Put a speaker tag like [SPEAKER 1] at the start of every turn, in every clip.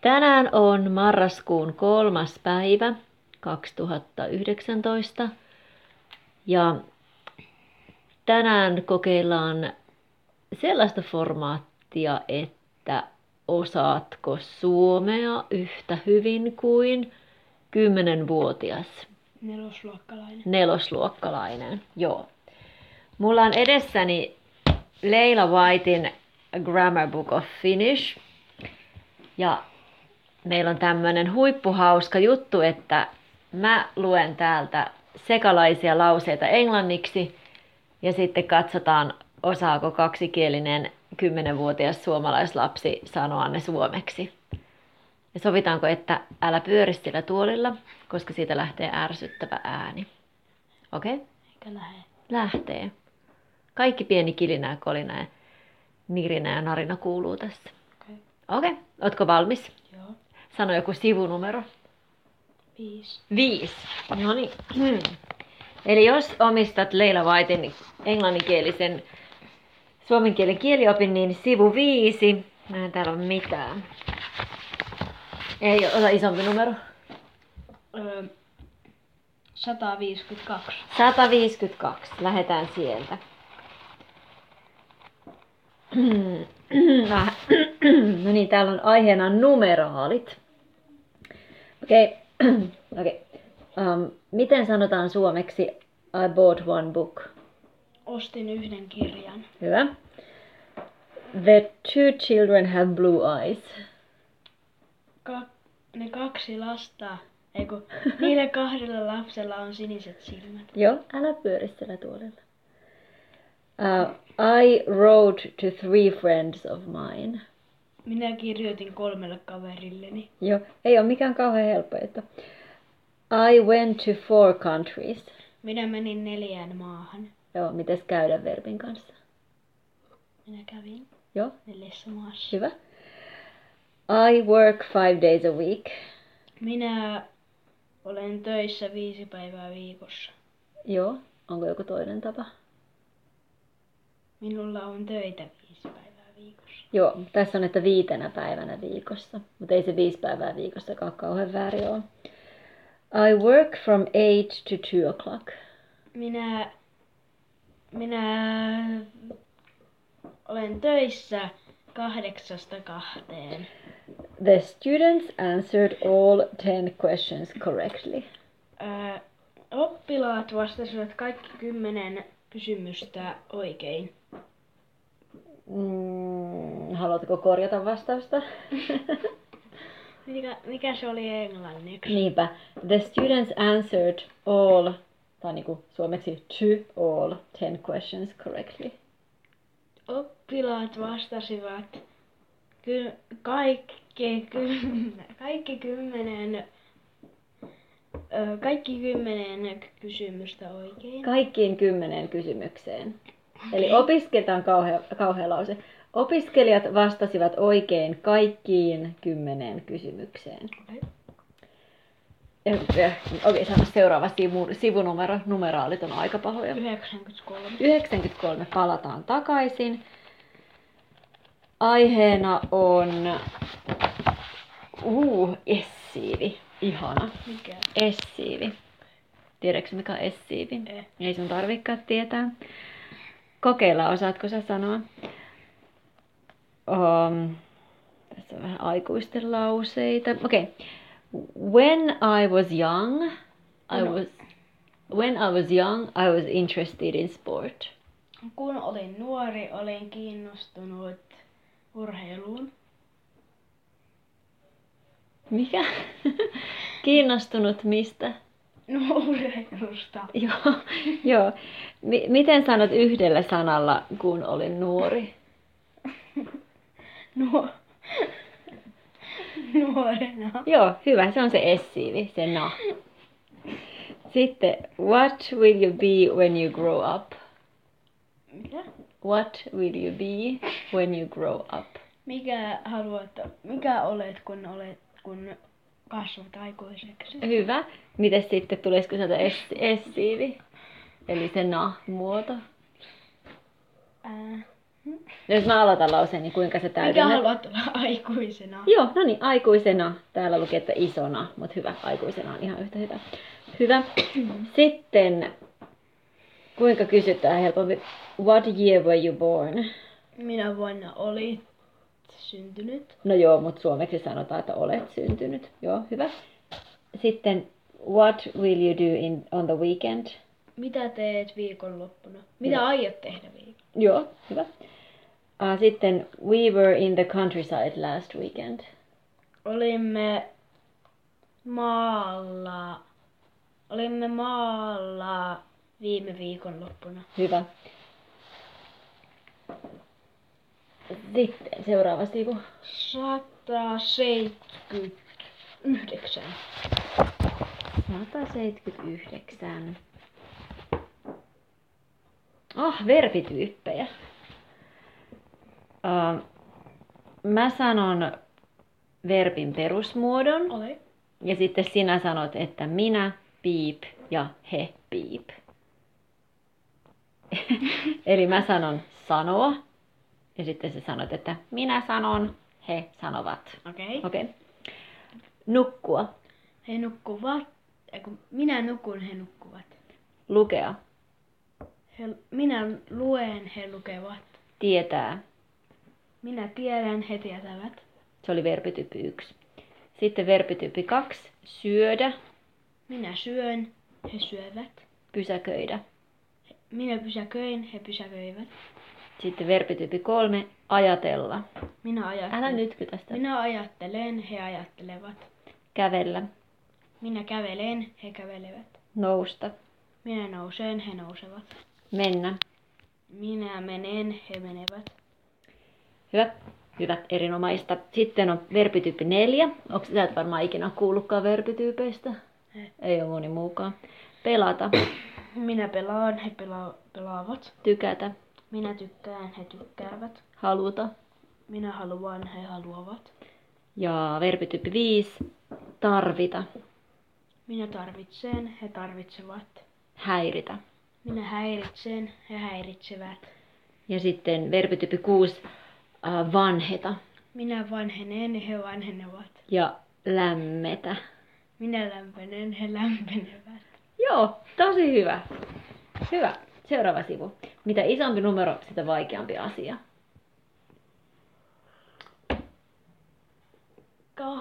[SPEAKER 1] Tänään on marraskuun kolmas päivä 2019 ja tänään kokeillaan sellaista formaattia, että osaatko suomea yhtä hyvin kuin kymmenenvuotias
[SPEAKER 2] Nelosluokkalainen.
[SPEAKER 1] nelosluokkalainen. Joo. Mulla on edessäni Leila Whitein Grammar Book of Finnish. Ja meillä on tämmöinen huippuhauska juttu, että mä luen täältä sekalaisia lauseita englanniksi ja sitten katsotaan, osaako kaksikielinen 10-vuotias suomalaislapsi sanoa ne suomeksi. Ja sovitaanko, että älä pyöri sillä tuolilla, koska siitä lähtee ärsyttävä ääni. Okei? Okay?
[SPEAKER 2] Eikä lähde.
[SPEAKER 1] Lähtee. Kaikki pieni kilinää, kolinää, ja nirinä ja narina kuuluu tässä.
[SPEAKER 2] Okei.
[SPEAKER 1] Okei, okay. ootko valmis?
[SPEAKER 2] Joo.
[SPEAKER 1] Sano joku sivunumero.
[SPEAKER 2] Viisi.
[SPEAKER 1] Viisi. No niin. Eli jos omistat Leila Whitein englanninkielisen suomen kielen kieliopin, niin sivu viisi. Mä en täällä ole mitään. Ei ota isompi numero.
[SPEAKER 2] Öö, 152.
[SPEAKER 1] 152. Lähetään sieltä. Ah, No niin, täällä on aiheena numeraalit. Okei. Okay. Okay. Um, miten sanotaan suomeksi I bought one book?
[SPEAKER 2] Ostin yhden kirjan.
[SPEAKER 1] Hyvä. The two children have blue eyes.
[SPEAKER 2] Ka- ne kaksi lasta, ei kun niillä kahdella lapsella on siniset silmät.
[SPEAKER 1] Joo, älä pyöristellä tuolella. Uh, I wrote to three friends of mine.
[SPEAKER 2] Minä kirjoitin kolmelle kaverilleni.
[SPEAKER 1] Joo, ei ole mikään kauhean helppo juttu. I went to four countries.
[SPEAKER 2] Minä menin neljään maahan.
[SPEAKER 1] Joo, mites käydä verbin kanssa?
[SPEAKER 2] Minä kävin
[SPEAKER 1] Joo,
[SPEAKER 2] neljässä maassa.
[SPEAKER 1] hyvä. I work five days a week.
[SPEAKER 2] Minä olen töissä viisi päivää viikossa.
[SPEAKER 1] Joo, onko joku toinen tapa?
[SPEAKER 2] Minulla on töitä viisi päivää viikossa.
[SPEAKER 1] Joo, tässä on, että viitenä päivänä viikossa, mutta ei se viisi päivää viikossa kauhean väärin ole. I work from eight to two o'clock.
[SPEAKER 2] Minä, minä olen töissä kahdeksasta kahteen.
[SPEAKER 1] The students answered all ten questions correctly.
[SPEAKER 2] Ää, oppilaat vastasivat kaikki kymmenen kysymystä oikein.
[SPEAKER 1] Mm, haluatko korjata vastausta?
[SPEAKER 2] Mikä, mikä se oli englanniksi?
[SPEAKER 1] Niinpä. The students answered all, tai niinku suomeksi to all, ten questions correctly.
[SPEAKER 2] Oppilaat vastasivat ky- kaikki, kymmen, kaikki kymmenen ö, kaikki kymmenen k- kysymystä oikein.
[SPEAKER 1] Kaikkiin kymmeneen kysymykseen. Eli opiskelijan kauhea, kauhea lause. Opiskelijat vastasivat oikein kaikkiin kymmeneen kysymykseen.
[SPEAKER 2] Okei.
[SPEAKER 1] Ja- ja- Okei, okay, seuraava sivu, sivunumero. Numeraalit on aika pahoja.
[SPEAKER 2] 93.
[SPEAKER 1] 93 palataan takaisin. Aiheena on uu, essiivi. Ihana.
[SPEAKER 2] Mikä?
[SPEAKER 1] Essiivi. Tiedätkö mikä on essiivi?
[SPEAKER 2] Eh.
[SPEAKER 1] Ei sun tarvikaan tietää. Kokeilla, osaatko sä sanoa? Um, tässä on vähän aikuisten lauseita. Okei. Okay. When I was young, I
[SPEAKER 2] No.
[SPEAKER 1] was When I was young, I was interested in sport.
[SPEAKER 2] Kun olin nuori, olin kiinnostunut urheiluun.
[SPEAKER 1] Mikä? Kiinnostunut mistä?
[SPEAKER 2] No urheilusta.
[SPEAKER 1] Joo, joo. M- miten sanot yhdellä sanalla, kun olin nuori?
[SPEAKER 2] No. Nuorena.
[SPEAKER 1] Joo, hyvä. Se on se essiivi, se na. Sitten, what will you be when you grow up?
[SPEAKER 2] Mitä?
[SPEAKER 1] What will you be when you grow up?
[SPEAKER 2] Mikä haluat, mikä olet kun olet, kun kasvat aikuiseksi?
[SPEAKER 1] Hyvä. Miten sitten, tulisiko sieltä es- essiivi? Eli se na-muoto.
[SPEAKER 2] Ää,
[SPEAKER 1] Jos mä aloitan lauseen, niin kuinka se
[SPEAKER 2] Mikä
[SPEAKER 1] täydennät?
[SPEAKER 2] haluat olla aikuisena?
[SPEAKER 1] Joo, no niin, aikuisena. Täällä luki, että isona, mutta hyvä, aikuisena on ihan yhtä hyvä. Hyvä. Sitten, kuinka kysytään helpompi? What year were you born?
[SPEAKER 2] Minä vuonna olit syntynyt.
[SPEAKER 1] No joo, mutta suomeksi sanotaan, että olet syntynyt. Joo, hyvä. Sitten, what will you do in, on the weekend?
[SPEAKER 2] Mitä teet viikonloppuna? Mitä aiot tehdä viikolla?
[SPEAKER 1] Joo, hyvä. Ah, sitten, we were in the countryside last weekend.
[SPEAKER 2] Olimme maalla. Olimme maalla viime viikonloppuna.
[SPEAKER 1] Hyvä. Sitten seuraava sivu.
[SPEAKER 2] 179.
[SPEAKER 1] 179. Ah, verbityyppejä. Uh, mä sanon verbin perusmuodon
[SPEAKER 2] Ole.
[SPEAKER 1] ja sitten sinä sanot, että minä piip ja he piip. Eli mä sanon sanoa ja sitten sä sanot, että minä sanon, he sanovat.
[SPEAKER 2] Okei. Okay.
[SPEAKER 1] Okei. Okay. Nukkua,
[SPEAKER 2] He nukkuvat. Eiku, minä nukun, he nukkuvat.
[SPEAKER 1] lukea,
[SPEAKER 2] He, minä luen, he lukevat.
[SPEAKER 1] tietää,
[SPEAKER 2] Minä tiedän, he tietävät.
[SPEAKER 1] Se oli verbityyppi 1. Sitten verbityyppi 2, syödä,
[SPEAKER 2] Minä syön, he syövät.
[SPEAKER 1] pysäköidä.
[SPEAKER 2] Minä pysäköin, he pysäköivät.
[SPEAKER 1] Sitten verbityyppi 3, ajatella.
[SPEAKER 2] Minä ajattelen.
[SPEAKER 1] Älä nytky tästä.
[SPEAKER 2] Minä ajattelen, he ajattelevat.
[SPEAKER 1] Kävellä,
[SPEAKER 2] Minä kävelen, he kävelevät.
[SPEAKER 1] nousta,
[SPEAKER 2] Minä nousen, he nousevat.
[SPEAKER 1] mennä.
[SPEAKER 2] Minä menen, he menevät.
[SPEAKER 1] Hyvä, hyvä, erinomaista. Sitten on verbityyppi 4. Onko sä et varmaan ikinä kuullutkaan verbityypeistä?
[SPEAKER 2] Ei.
[SPEAKER 1] Ei ole moni muukaan. Pelata,
[SPEAKER 2] Minä pelaan, he pela- pelaavat.
[SPEAKER 1] tykätä,
[SPEAKER 2] Minä tykkään, he tykkäävät.
[SPEAKER 1] haluta.
[SPEAKER 2] Minä haluan, he haluavat.
[SPEAKER 1] Ja verbityyppi 5, tarvita,
[SPEAKER 2] Minä tarvitsen, he tarvitsevat.
[SPEAKER 1] häiritä.
[SPEAKER 2] Minä häiritsen, he häiritsevät.
[SPEAKER 1] Ja sitten verbityyppi 6, äh, vanheta.
[SPEAKER 2] Minä vanhenen, he vanhenevat.
[SPEAKER 1] ja lämmetä.
[SPEAKER 2] Minä lämpenen, he lämpenevät.
[SPEAKER 1] Joo, tosi hyvä. Hyvä. Seuraava sivu. Mitä isompi numero, sitä vaikeampi asia.
[SPEAKER 2] Ka-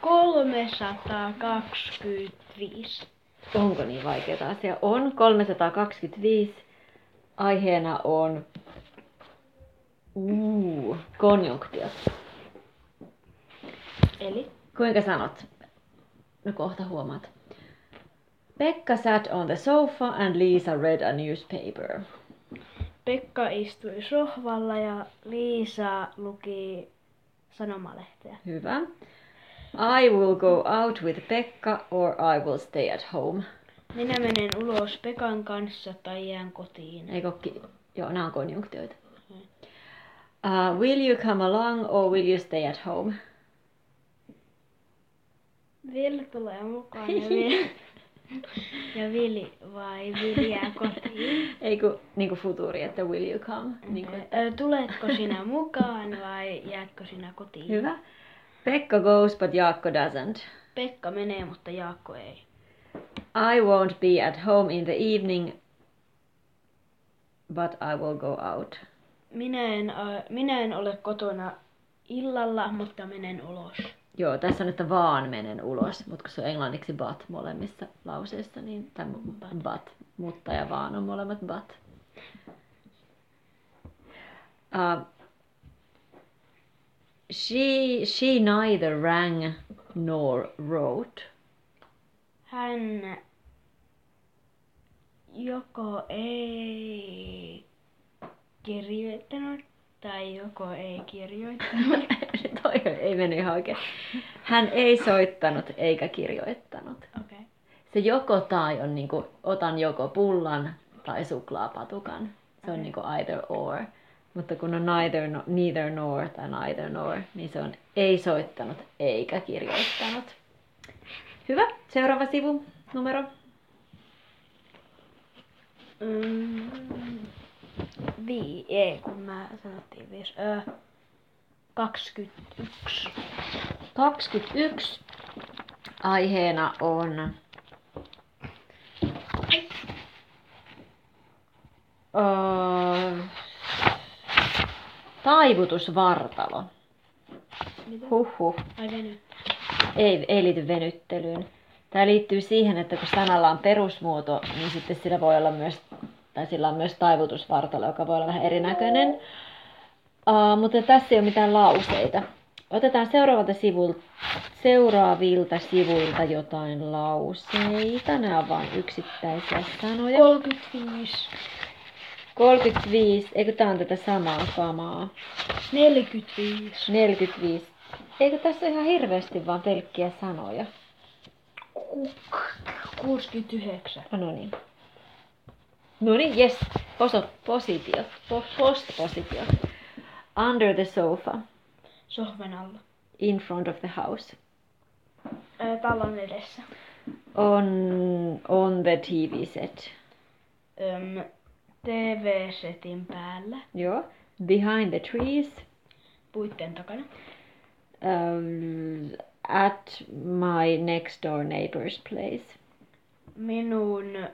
[SPEAKER 2] 325.
[SPEAKER 1] Onko niin vaikeaa asia? On 325. Aiheena on uu, konjunktiot.
[SPEAKER 2] Eli
[SPEAKER 1] Kuinka sanot? No kohta huomaat. Pekka sat on the sofa and Lisa read a newspaper.
[SPEAKER 2] Pekka istui sohvalla ja Liisa luki sanomalehteä.
[SPEAKER 1] Hyvä. I will go out with Pekka or I will stay at home.
[SPEAKER 2] Minä menen ulos Pekan kanssa tai jään kotiin.
[SPEAKER 1] Eikö ki- Joo, nämä on konjunktioita. Uh, will you come along or will you stay at home?
[SPEAKER 2] Vil tulee mukaan ja, vil... ja Vili vai Vili jää kotiin.
[SPEAKER 1] Ei kun niinku futuri, että will you come. Niin kuin,
[SPEAKER 2] Ö, Tuletko sinä mukaan vai jäätkö sinä kotiin?
[SPEAKER 1] hyvä. Pekka goes but Jaakko doesn't.
[SPEAKER 2] Pekka menee, mutta Jaakko ei.
[SPEAKER 1] I won't be at home in the evening but I will go out.
[SPEAKER 2] Minä en, ö, minä en ole kotona illalla, mutta menen ulos.
[SPEAKER 1] Joo, tässä on, että vaan menen ulos, mutta kun se on englanniksi but molemmissa lauseissa, niin tai but. but. Mutta ja vaan on molemmat but. Uh, she, she neither rang nor wrote.
[SPEAKER 2] Hän joko ei kirjoittanut tai joko ei kirjoittanut.
[SPEAKER 1] Toi ei mennyt ihan oikein. Hän ei soittanut eikä kirjoittanut.
[SPEAKER 2] Okei. Okay.
[SPEAKER 1] Se joko tai on niinku, otan joko pullan tai suklaapatukan. Se on niinku either or. Mutta kun on neither, no, neither nor tai neither nor, niin se on ei soittanut eikä kirjoittanut. Hyvä. Seuraava sivu, numero.
[SPEAKER 2] Mm. Vii, ei, kun mä sanottiin viis. Öö, 21.
[SPEAKER 1] 21 aiheena on öö, taivutusvartalo.
[SPEAKER 2] Mitä?
[SPEAKER 1] Huhhuh.
[SPEAKER 2] Ai venyt.
[SPEAKER 1] Ei, ei liity venyttelyyn. Tämä liittyy siihen, että kun sanalla on perusmuoto, niin sitten sillä voi olla myös, tai sillä on myös taivutusvartalo, joka voi olla vähän erinäköinen. Uh, mutta tässä ei ole mitään lauseita. Otetaan seuraavalta sivul, seuraavilta sivuilta jotain lauseita. Nämä on vain yksittäisiä sanoja.
[SPEAKER 2] 35.
[SPEAKER 1] 35, eikö tämä on tätä samaa kamaa?
[SPEAKER 2] 45.
[SPEAKER 1] 45. Eikö tässä ole ihan hirveästi vaan pelkkiä sanoja?
[SPEAKER 2] 69.
[SPEAKER 1] No niin. No niin, yes. Poso, positiot. Po, postpositiot. Under the sofa.
[SPEAKER 2] Sohvan alla.
[SPEAKER 1] In front of the house.
[SPEAKER 2] Öö, talon edessä.
[SPEAKER 1] On, on the TV set.
[SPEAKER 2] Öm, TV-setin päällä.
[SPEAKER 1] Joo. Behind the trees.
[SPEAKER 2] Puitteen takana.
[SPEAKER 1] Um, at my next door neighbor's place.
[SPEAKER 2] Minun...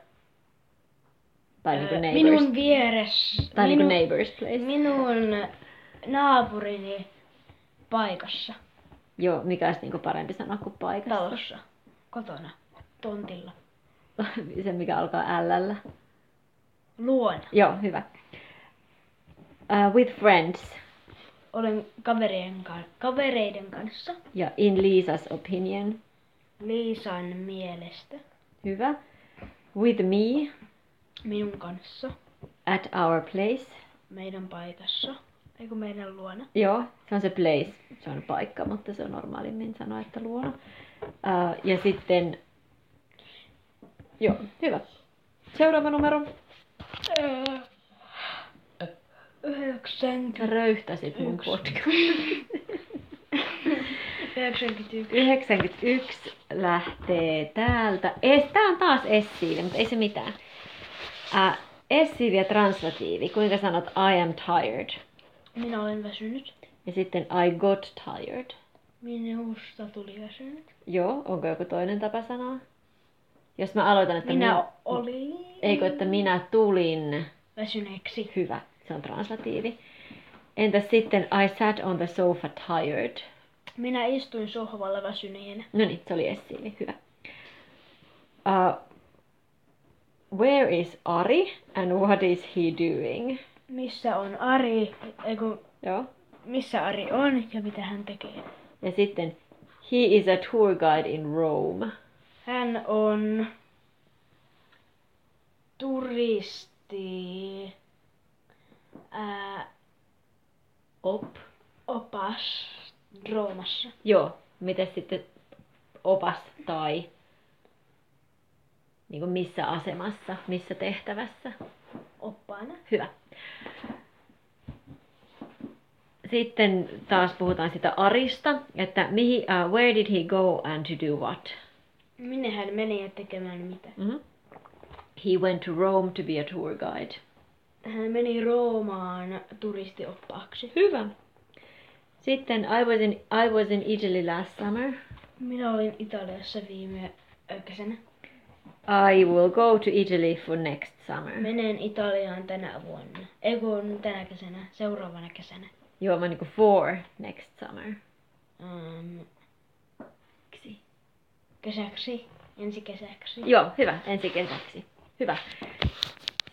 [SPEAKER 1] Tai niinku
[SPEAKER 2] öö,
[SPEAKER 1] neighbor's.
[SPEAKER 2] minun vieressä.
[SPEAKER 1] tai niinku
[SPEAKER 2] minun,
[SPEAKER 1] neighbor's place.
[SPEAKER 2] minun naapurini paikassa.
[SPEAKER 1] Joo, mikä olisi niinku parempi sanoa kuin paikassa.
[SPEAKER 2] Talossa. Kotona. Tontilla.
[SPEAKER 1] Se, mikä alkaa LL.
[SPEAKER 2] Luona.
[SPEAKER 1] Joo, hyvä. Uh, with friends.
[SPEAKER 2] Olen kaverien ka- kavereiden kanssa.
[SPEAKER 1] Ja in Liisas opinion.
[SPEAKER 2] Liisan mielestä.
[SPEAKER 1] Hyvä. With me
[SPEAKER 2] Minun kanssa.
[SPEAKER 1] at our place.
[SPEAKER 2] Meidän paikassa. Eikö meidän luona?
[SPEAKER 1] Joo, se on se place. Se on paikka, mutta se on normaalimmin sanoa, että luona. Ää, ja sitten... Joo, hyvä. Seuraava numero.
[SPEAKER 2] Öö, 90,
[SPEAKER 1] Röyhtäsit mun
[SPEAKER 2] Yksi.
[SPEAKER 1] podcast.
[SPEAKER 2] 91.
[SPEAKER 1] 91 lähtee täältä. Es, tää on taas essiivi, mutta ei se mitään. Ää, essiivi ja translatiivi. Kuinka sanot I am tired?
[SPEAKER 2] Minä olen väsynyt.
[SPEAKER 1] Ja sitten I got tired.
[SPEAKER 2] Minusta tuli väsynyt.
[SPEAKER 1] Joo, onko joku toinen tapa sanoa? Jos mä aloitan, että
[SPEAKER 2] Minä
[SPEAKER 1] minä...
[SPEAKER 2] olin
[SPEAKER 1] Eikö, että minä tulin.
[SPEAKER 2] väsyneeksi.
[SPEAKER 1] Hyvä, se on translatiivi. Entäs sitten I sat on the sofa tired?
[SPEAKER 2] Minä istuin sohvalla väsyneenä.
[SPEAKER 1] No niin, se oli essiivi, hyvä. Uh, where is Ari and what is he doing?
[SPEAKER 2] Missä on Ari? Eiku,
[SPEAKER 1] Joo.
[SPEAKER 2] missä Ari on ja mitä hän tekee?
[SPEAKER 1] Ja sitten he is a tour guide in Rome.
[SPEAKER 2] Hän on turisti. Ää,
[SPEAKER 1] Op.
[SPEAKER 2] opas Roomassa.
[SPEAKER 1] Joo, miten sitten opas tai niin kuin missä asemassa, missä tehtävässä?
[SPEAKER 2] Oppaana.
[SPEAKER 1] Hyvä. Sitten taas puhutaan sitä Arista, että mihin, uh, where did he go and to do what?
[SPEAKER 2] Minne hän meni tekemään mitä?
[SPEAKER 1] Mm-hmm. He went to Rome to be a tour guide.
[SPEAKER 2] Hän meni Roomaan turistioppaaksi.
[SPEAKER 1] Hyvä. Sitten I was in, I was in Italy last summer.
[SPEAKER 2] Minä olin Italiassa viime kesänä.
[SPEAKER 1] I will go to Italy for next summer.
[SPEAKER 2] Menen Italiaan tänä vuonna. Ei kun tänä kesänä, seuraavana kesänä.
[SPEAKER 1] Joo, mä niinku for next summer.
[SPEAKER 2] Um,
[SPEAKER 1] Keksi.
[SPEAKER 2] kesäksi, ensi kesäksi.
[SPEAKER 1] Joo, hyvä. Ensi kesäksi. Hyvä.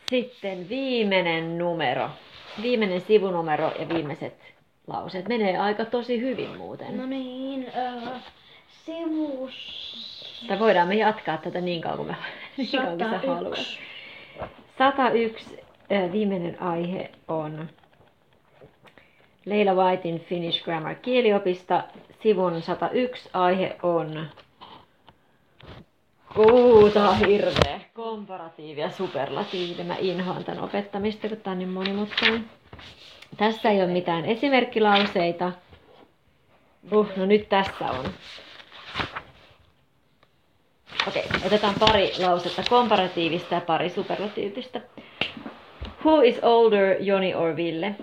[SPEAKER 1] Sitten viimeinen numero. Viimeinen sivunumero ja viimeiset lauseet. Menee aika tosi hyvin muuten.
[SPEAKER 2] No niin, uh, sivus niin.
[SPEAKER 1] Mutta voidaan me jatkaa tätä niin kauan kuin, me, niin kauan kuin sä haluat.
[SPEAKER 2] 101.
[SPEAKER 1] 101 äh, viimeinen aihe on Leila Whitein Finnish Grammar kieliopista. Sivun 101 aihe on Kuuta hirveä. Komparatiivi ja superlatiivi. Mä inhoan tämän opettamista, kun tämä on niin monimutkainen. Tässä ei ole mitään esimerkkilauseita. Uh, no nyt tässä on. Okei, otetaan pari lausetta komparatiivista ja pari superlatiivista. Who is older, Joni or Ville?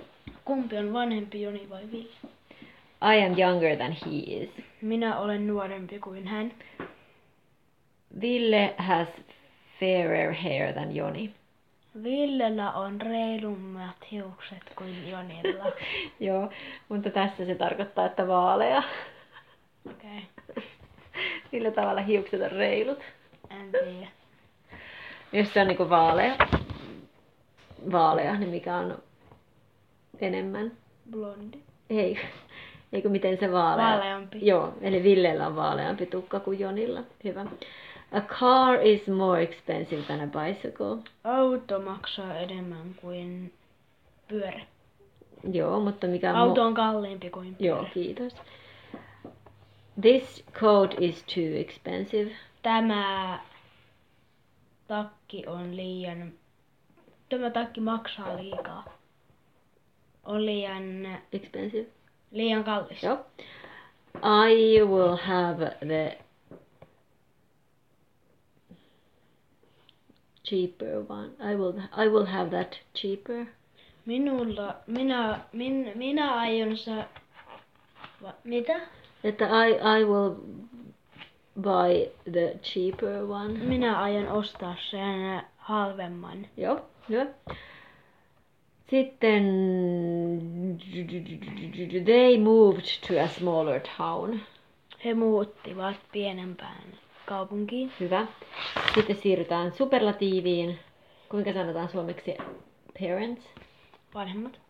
[SPEAKER 2] Kumpi on vanhempi, Joni vai Ville?
[SPEAKER 1] I am younger than he is.
[SPEAKER 2] Minä olen nuorempi kuin hän.
[SPEAKER 1] Ville has fairer hair than Joni.
[SPEAKER 2] Villellä on reilummat hiukset kuin Jonilla.
[SPEAKER 1] Joo, mutta tässä se tarkoittaa, että vaalea.
[SPEAKER 2] Okei, okay.
[SPEAKER 1] Sillä tavalla hiukset on reilut.
[SPEAKER 2] en tiedä.
[SPEAKER 1] Jos se on niinku vaalea, vaalea, niin mikä on enemmän?
[SPEAKER 2] Blondi.
[SPEAKER 1] Ei, eikö miten se vaalea?
[SPEAKER 2] Vaaleampi.
[SPEAKER 1] Joo, eli Villellä on vaaleampi tukka kuin Jonilla. Hyvä. A car is more expensive than a bicycle.
[SPEAKER 2] Auto maksaa enemmän kuin pyörä.
[SPEAKER 1] Joo, mutta mikä on mu-
[SPEAKER 2] Auto on kalliimpi kuin pyörä.
[SPEAKER 1] Joo, kiitos. This coat is too expensive.
[SPEAKER 2] Tämä takki on liian... Tämä takki maksaa liikaa. On liian,
[SPEAKER 1] Expensive.
[SPEAKER 2] liian kallis.
[SPEAKER 1] Joo. I will have the cheaper one. I will I will have that cheaper.
[SPEAKER 2] Minulla... Minä, min, minä aion saa... Va, mitä?
[SPEAKER 1] Että I I will buy the cheaper one.
[SPEAKER 2] Minä aion ostaa sen halvemman.
[SPEAKER 1] Joo, hyvä. Sitten they moved to a smaller town.
[SPEAKER 2] He muuttivat pienempään kaupunkiin.
[SPEAKER 1] Hyvä. Sitten siirrytään superlatiiviin. Kuinka sanotaan suomeksi parents?
[SPEAKER 2] Vanhemmat,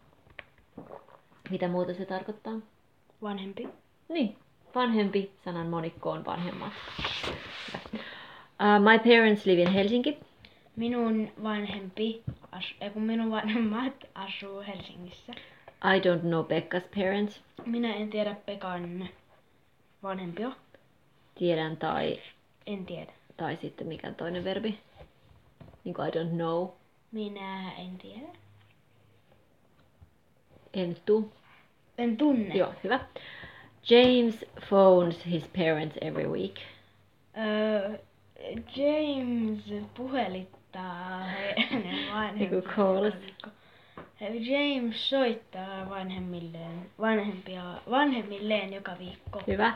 [SPEAKER 1] Mitä muuta se tarkoittaa?
[SPEAKER 2] vanhempi,
[SPEAKER 1] Niin, vanhempi sanan monikko on vanhemmat. Uh, my parents live in Helsinki.
[SPEAKER 2] Minun vanhempi, asu, ei kun minun vanhemmat asuu Helsingissä.
[SPEAKER 1] I don't know Pekka's parents.
[SPEAKER 2] Minä en tiedä Pekan vanhempia.
[SPEAKER 1] Tiedän tai,
[SPEAKER 2] En tiedä.
[SPEAKER 1] tai sitten mikä toinen verbi. Niin kuin I don't know.
[SPEAKER 2] Minä en tiedä.
[SPEAKER 1] En tu.
[SPEAKER 2] En tunne.
[SPEAKER 1] Joo, hyvä. James phones his parents every week.
[SPEAKER 2] Öö, James puhelittaa hänen
[SPEAKER 1] Eiku
[SPEAKER 2] vanhempiaan.
[SPEAKER 1] calls.
[SPEAKER 2] James soittaa vanhemmilleen, vanhempia, vanhemmilleen joka viikko.
[SPEAKER 1] Hyvä.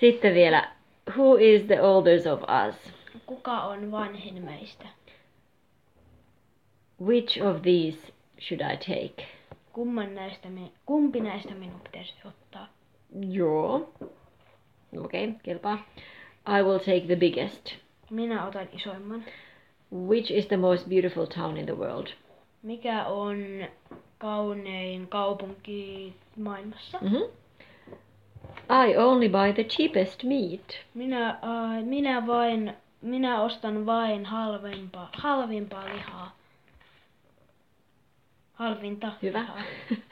[SPEAKER 1] Sitten vielä, who is the oldest of us?
[SPEAKER 2] Kuka on vanhin meistä?
[SPEAKER 1] Which of these should I take?
[SPEAKER 2] Kumman näistä, mi- kumpi näistä minun pitäisi ottaa?
[SPEAKER 1] Joo. Okei, okay, kelpaa. I will take the biggest.
[SPEAKER 2] Minä otan isoimman.
[SPEAKER 1] Which is the most beautiful town in the world?
[SPEAKER 2] Mikä on kaunein kaupunki maailmassa?
[SPEAKER 1] Mm-hmm. I only buy the cheapest meat.
[SPEAKER 2] Minä, äh, minä vain, minä ostan vain halvempaa, halvimpaa lihaa. Halvinta
[SPEAKER 1] Hyvä.
[SPEAKER 2] lihaa.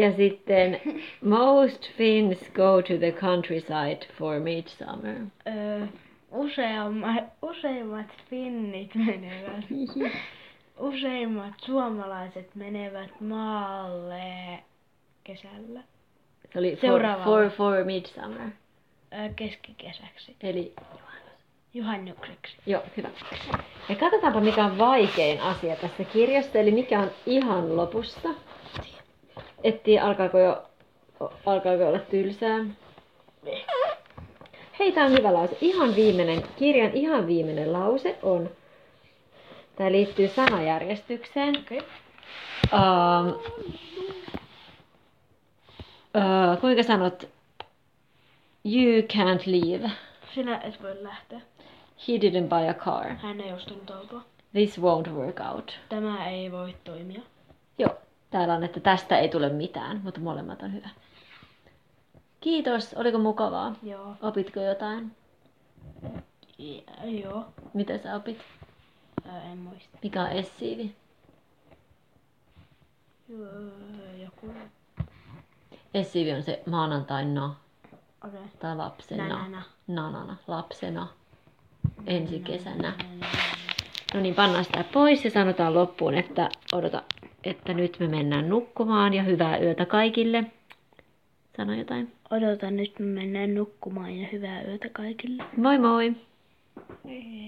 [SPEAKER 1] ja sitten, most Finns go to the countryside for midsummer.
[SPEAKER 2] Öö, useammat, useimmat finnit menevät, useimmat suomalaiset menevät maalle kesällä,
[SPEAKER 1] Se oli for,
[SPEAKER 2] Seuraava.
[SPEAKER 1] for, for midsummer.
[SPEAKER 2] öö, keskikesäksi,
[SPEAKER 1] Eli,
[SPEAKER 2] juhannukseksi.
[SPEAKER 1] joo, hyvä. Ja katsotaanpa mikä on vaikein asia tässä kirjassa, eli mikä on ihan lopussa. Et tiedä, alkaako jo alkaako olla tylsää. Hei, tää on hyvä lause. Ihan viimeinen, kirjan ihan viimeinen lause on, tämä liittyy sanajärjestykseen.
[SPEAKER 2] Okei. Okay.
[SPEAKER 1] Um, uh, kuinka sanot, you can't leave.
[SPEAKER 2] Sinä et voi lähteä.
[SPEAKER 1] He didn't buy a car.
[SPEAKER 2] Hän ei ostanut autoa.
[SPEAKER 1] This won't work out.
[SPEAKER 2] Tämä ei voi toimia.
[SPEAKER 1] Joo, täällä on, että tästä ei tule mitään, mutta molemmat on hyvä. Kiitos, oliko mukavaa?
[SPEAKER 2] Joo.
[SPEAKER 1] Opitko jotain?
[SPEAKER 2] Ja, joo.
[SPEAKER 1] Mitä sä opit?
[SPEAKER 2] Ää, en muista.
[SPEAKER 1] Mikä on essiivi?
[SPEAKER 2] Öö, Joku. Okei.
[SPEAKER 1] Essiivi on se maanantaina
[SPEAKER 2] Okay.
[SPEAKER 1] tai lapsena.
[SPEAKER 2] Nänänä.
[SPEAKER 1] Nanana. Lapsena. Ensi kesänä. No niin, pannaan sitä pois ja sanotaan loppuun, että odota, että nyt me mennään nukkumaan ja hyvää yötä kaikille. Sano jotain.
[SPEAKER 2] Odotan nyt, me mennään nukkumaan ja hyvää yötä kaikille.
[SPEAKER 1] Moi moi!
[SPEAKER 2] Hei hei.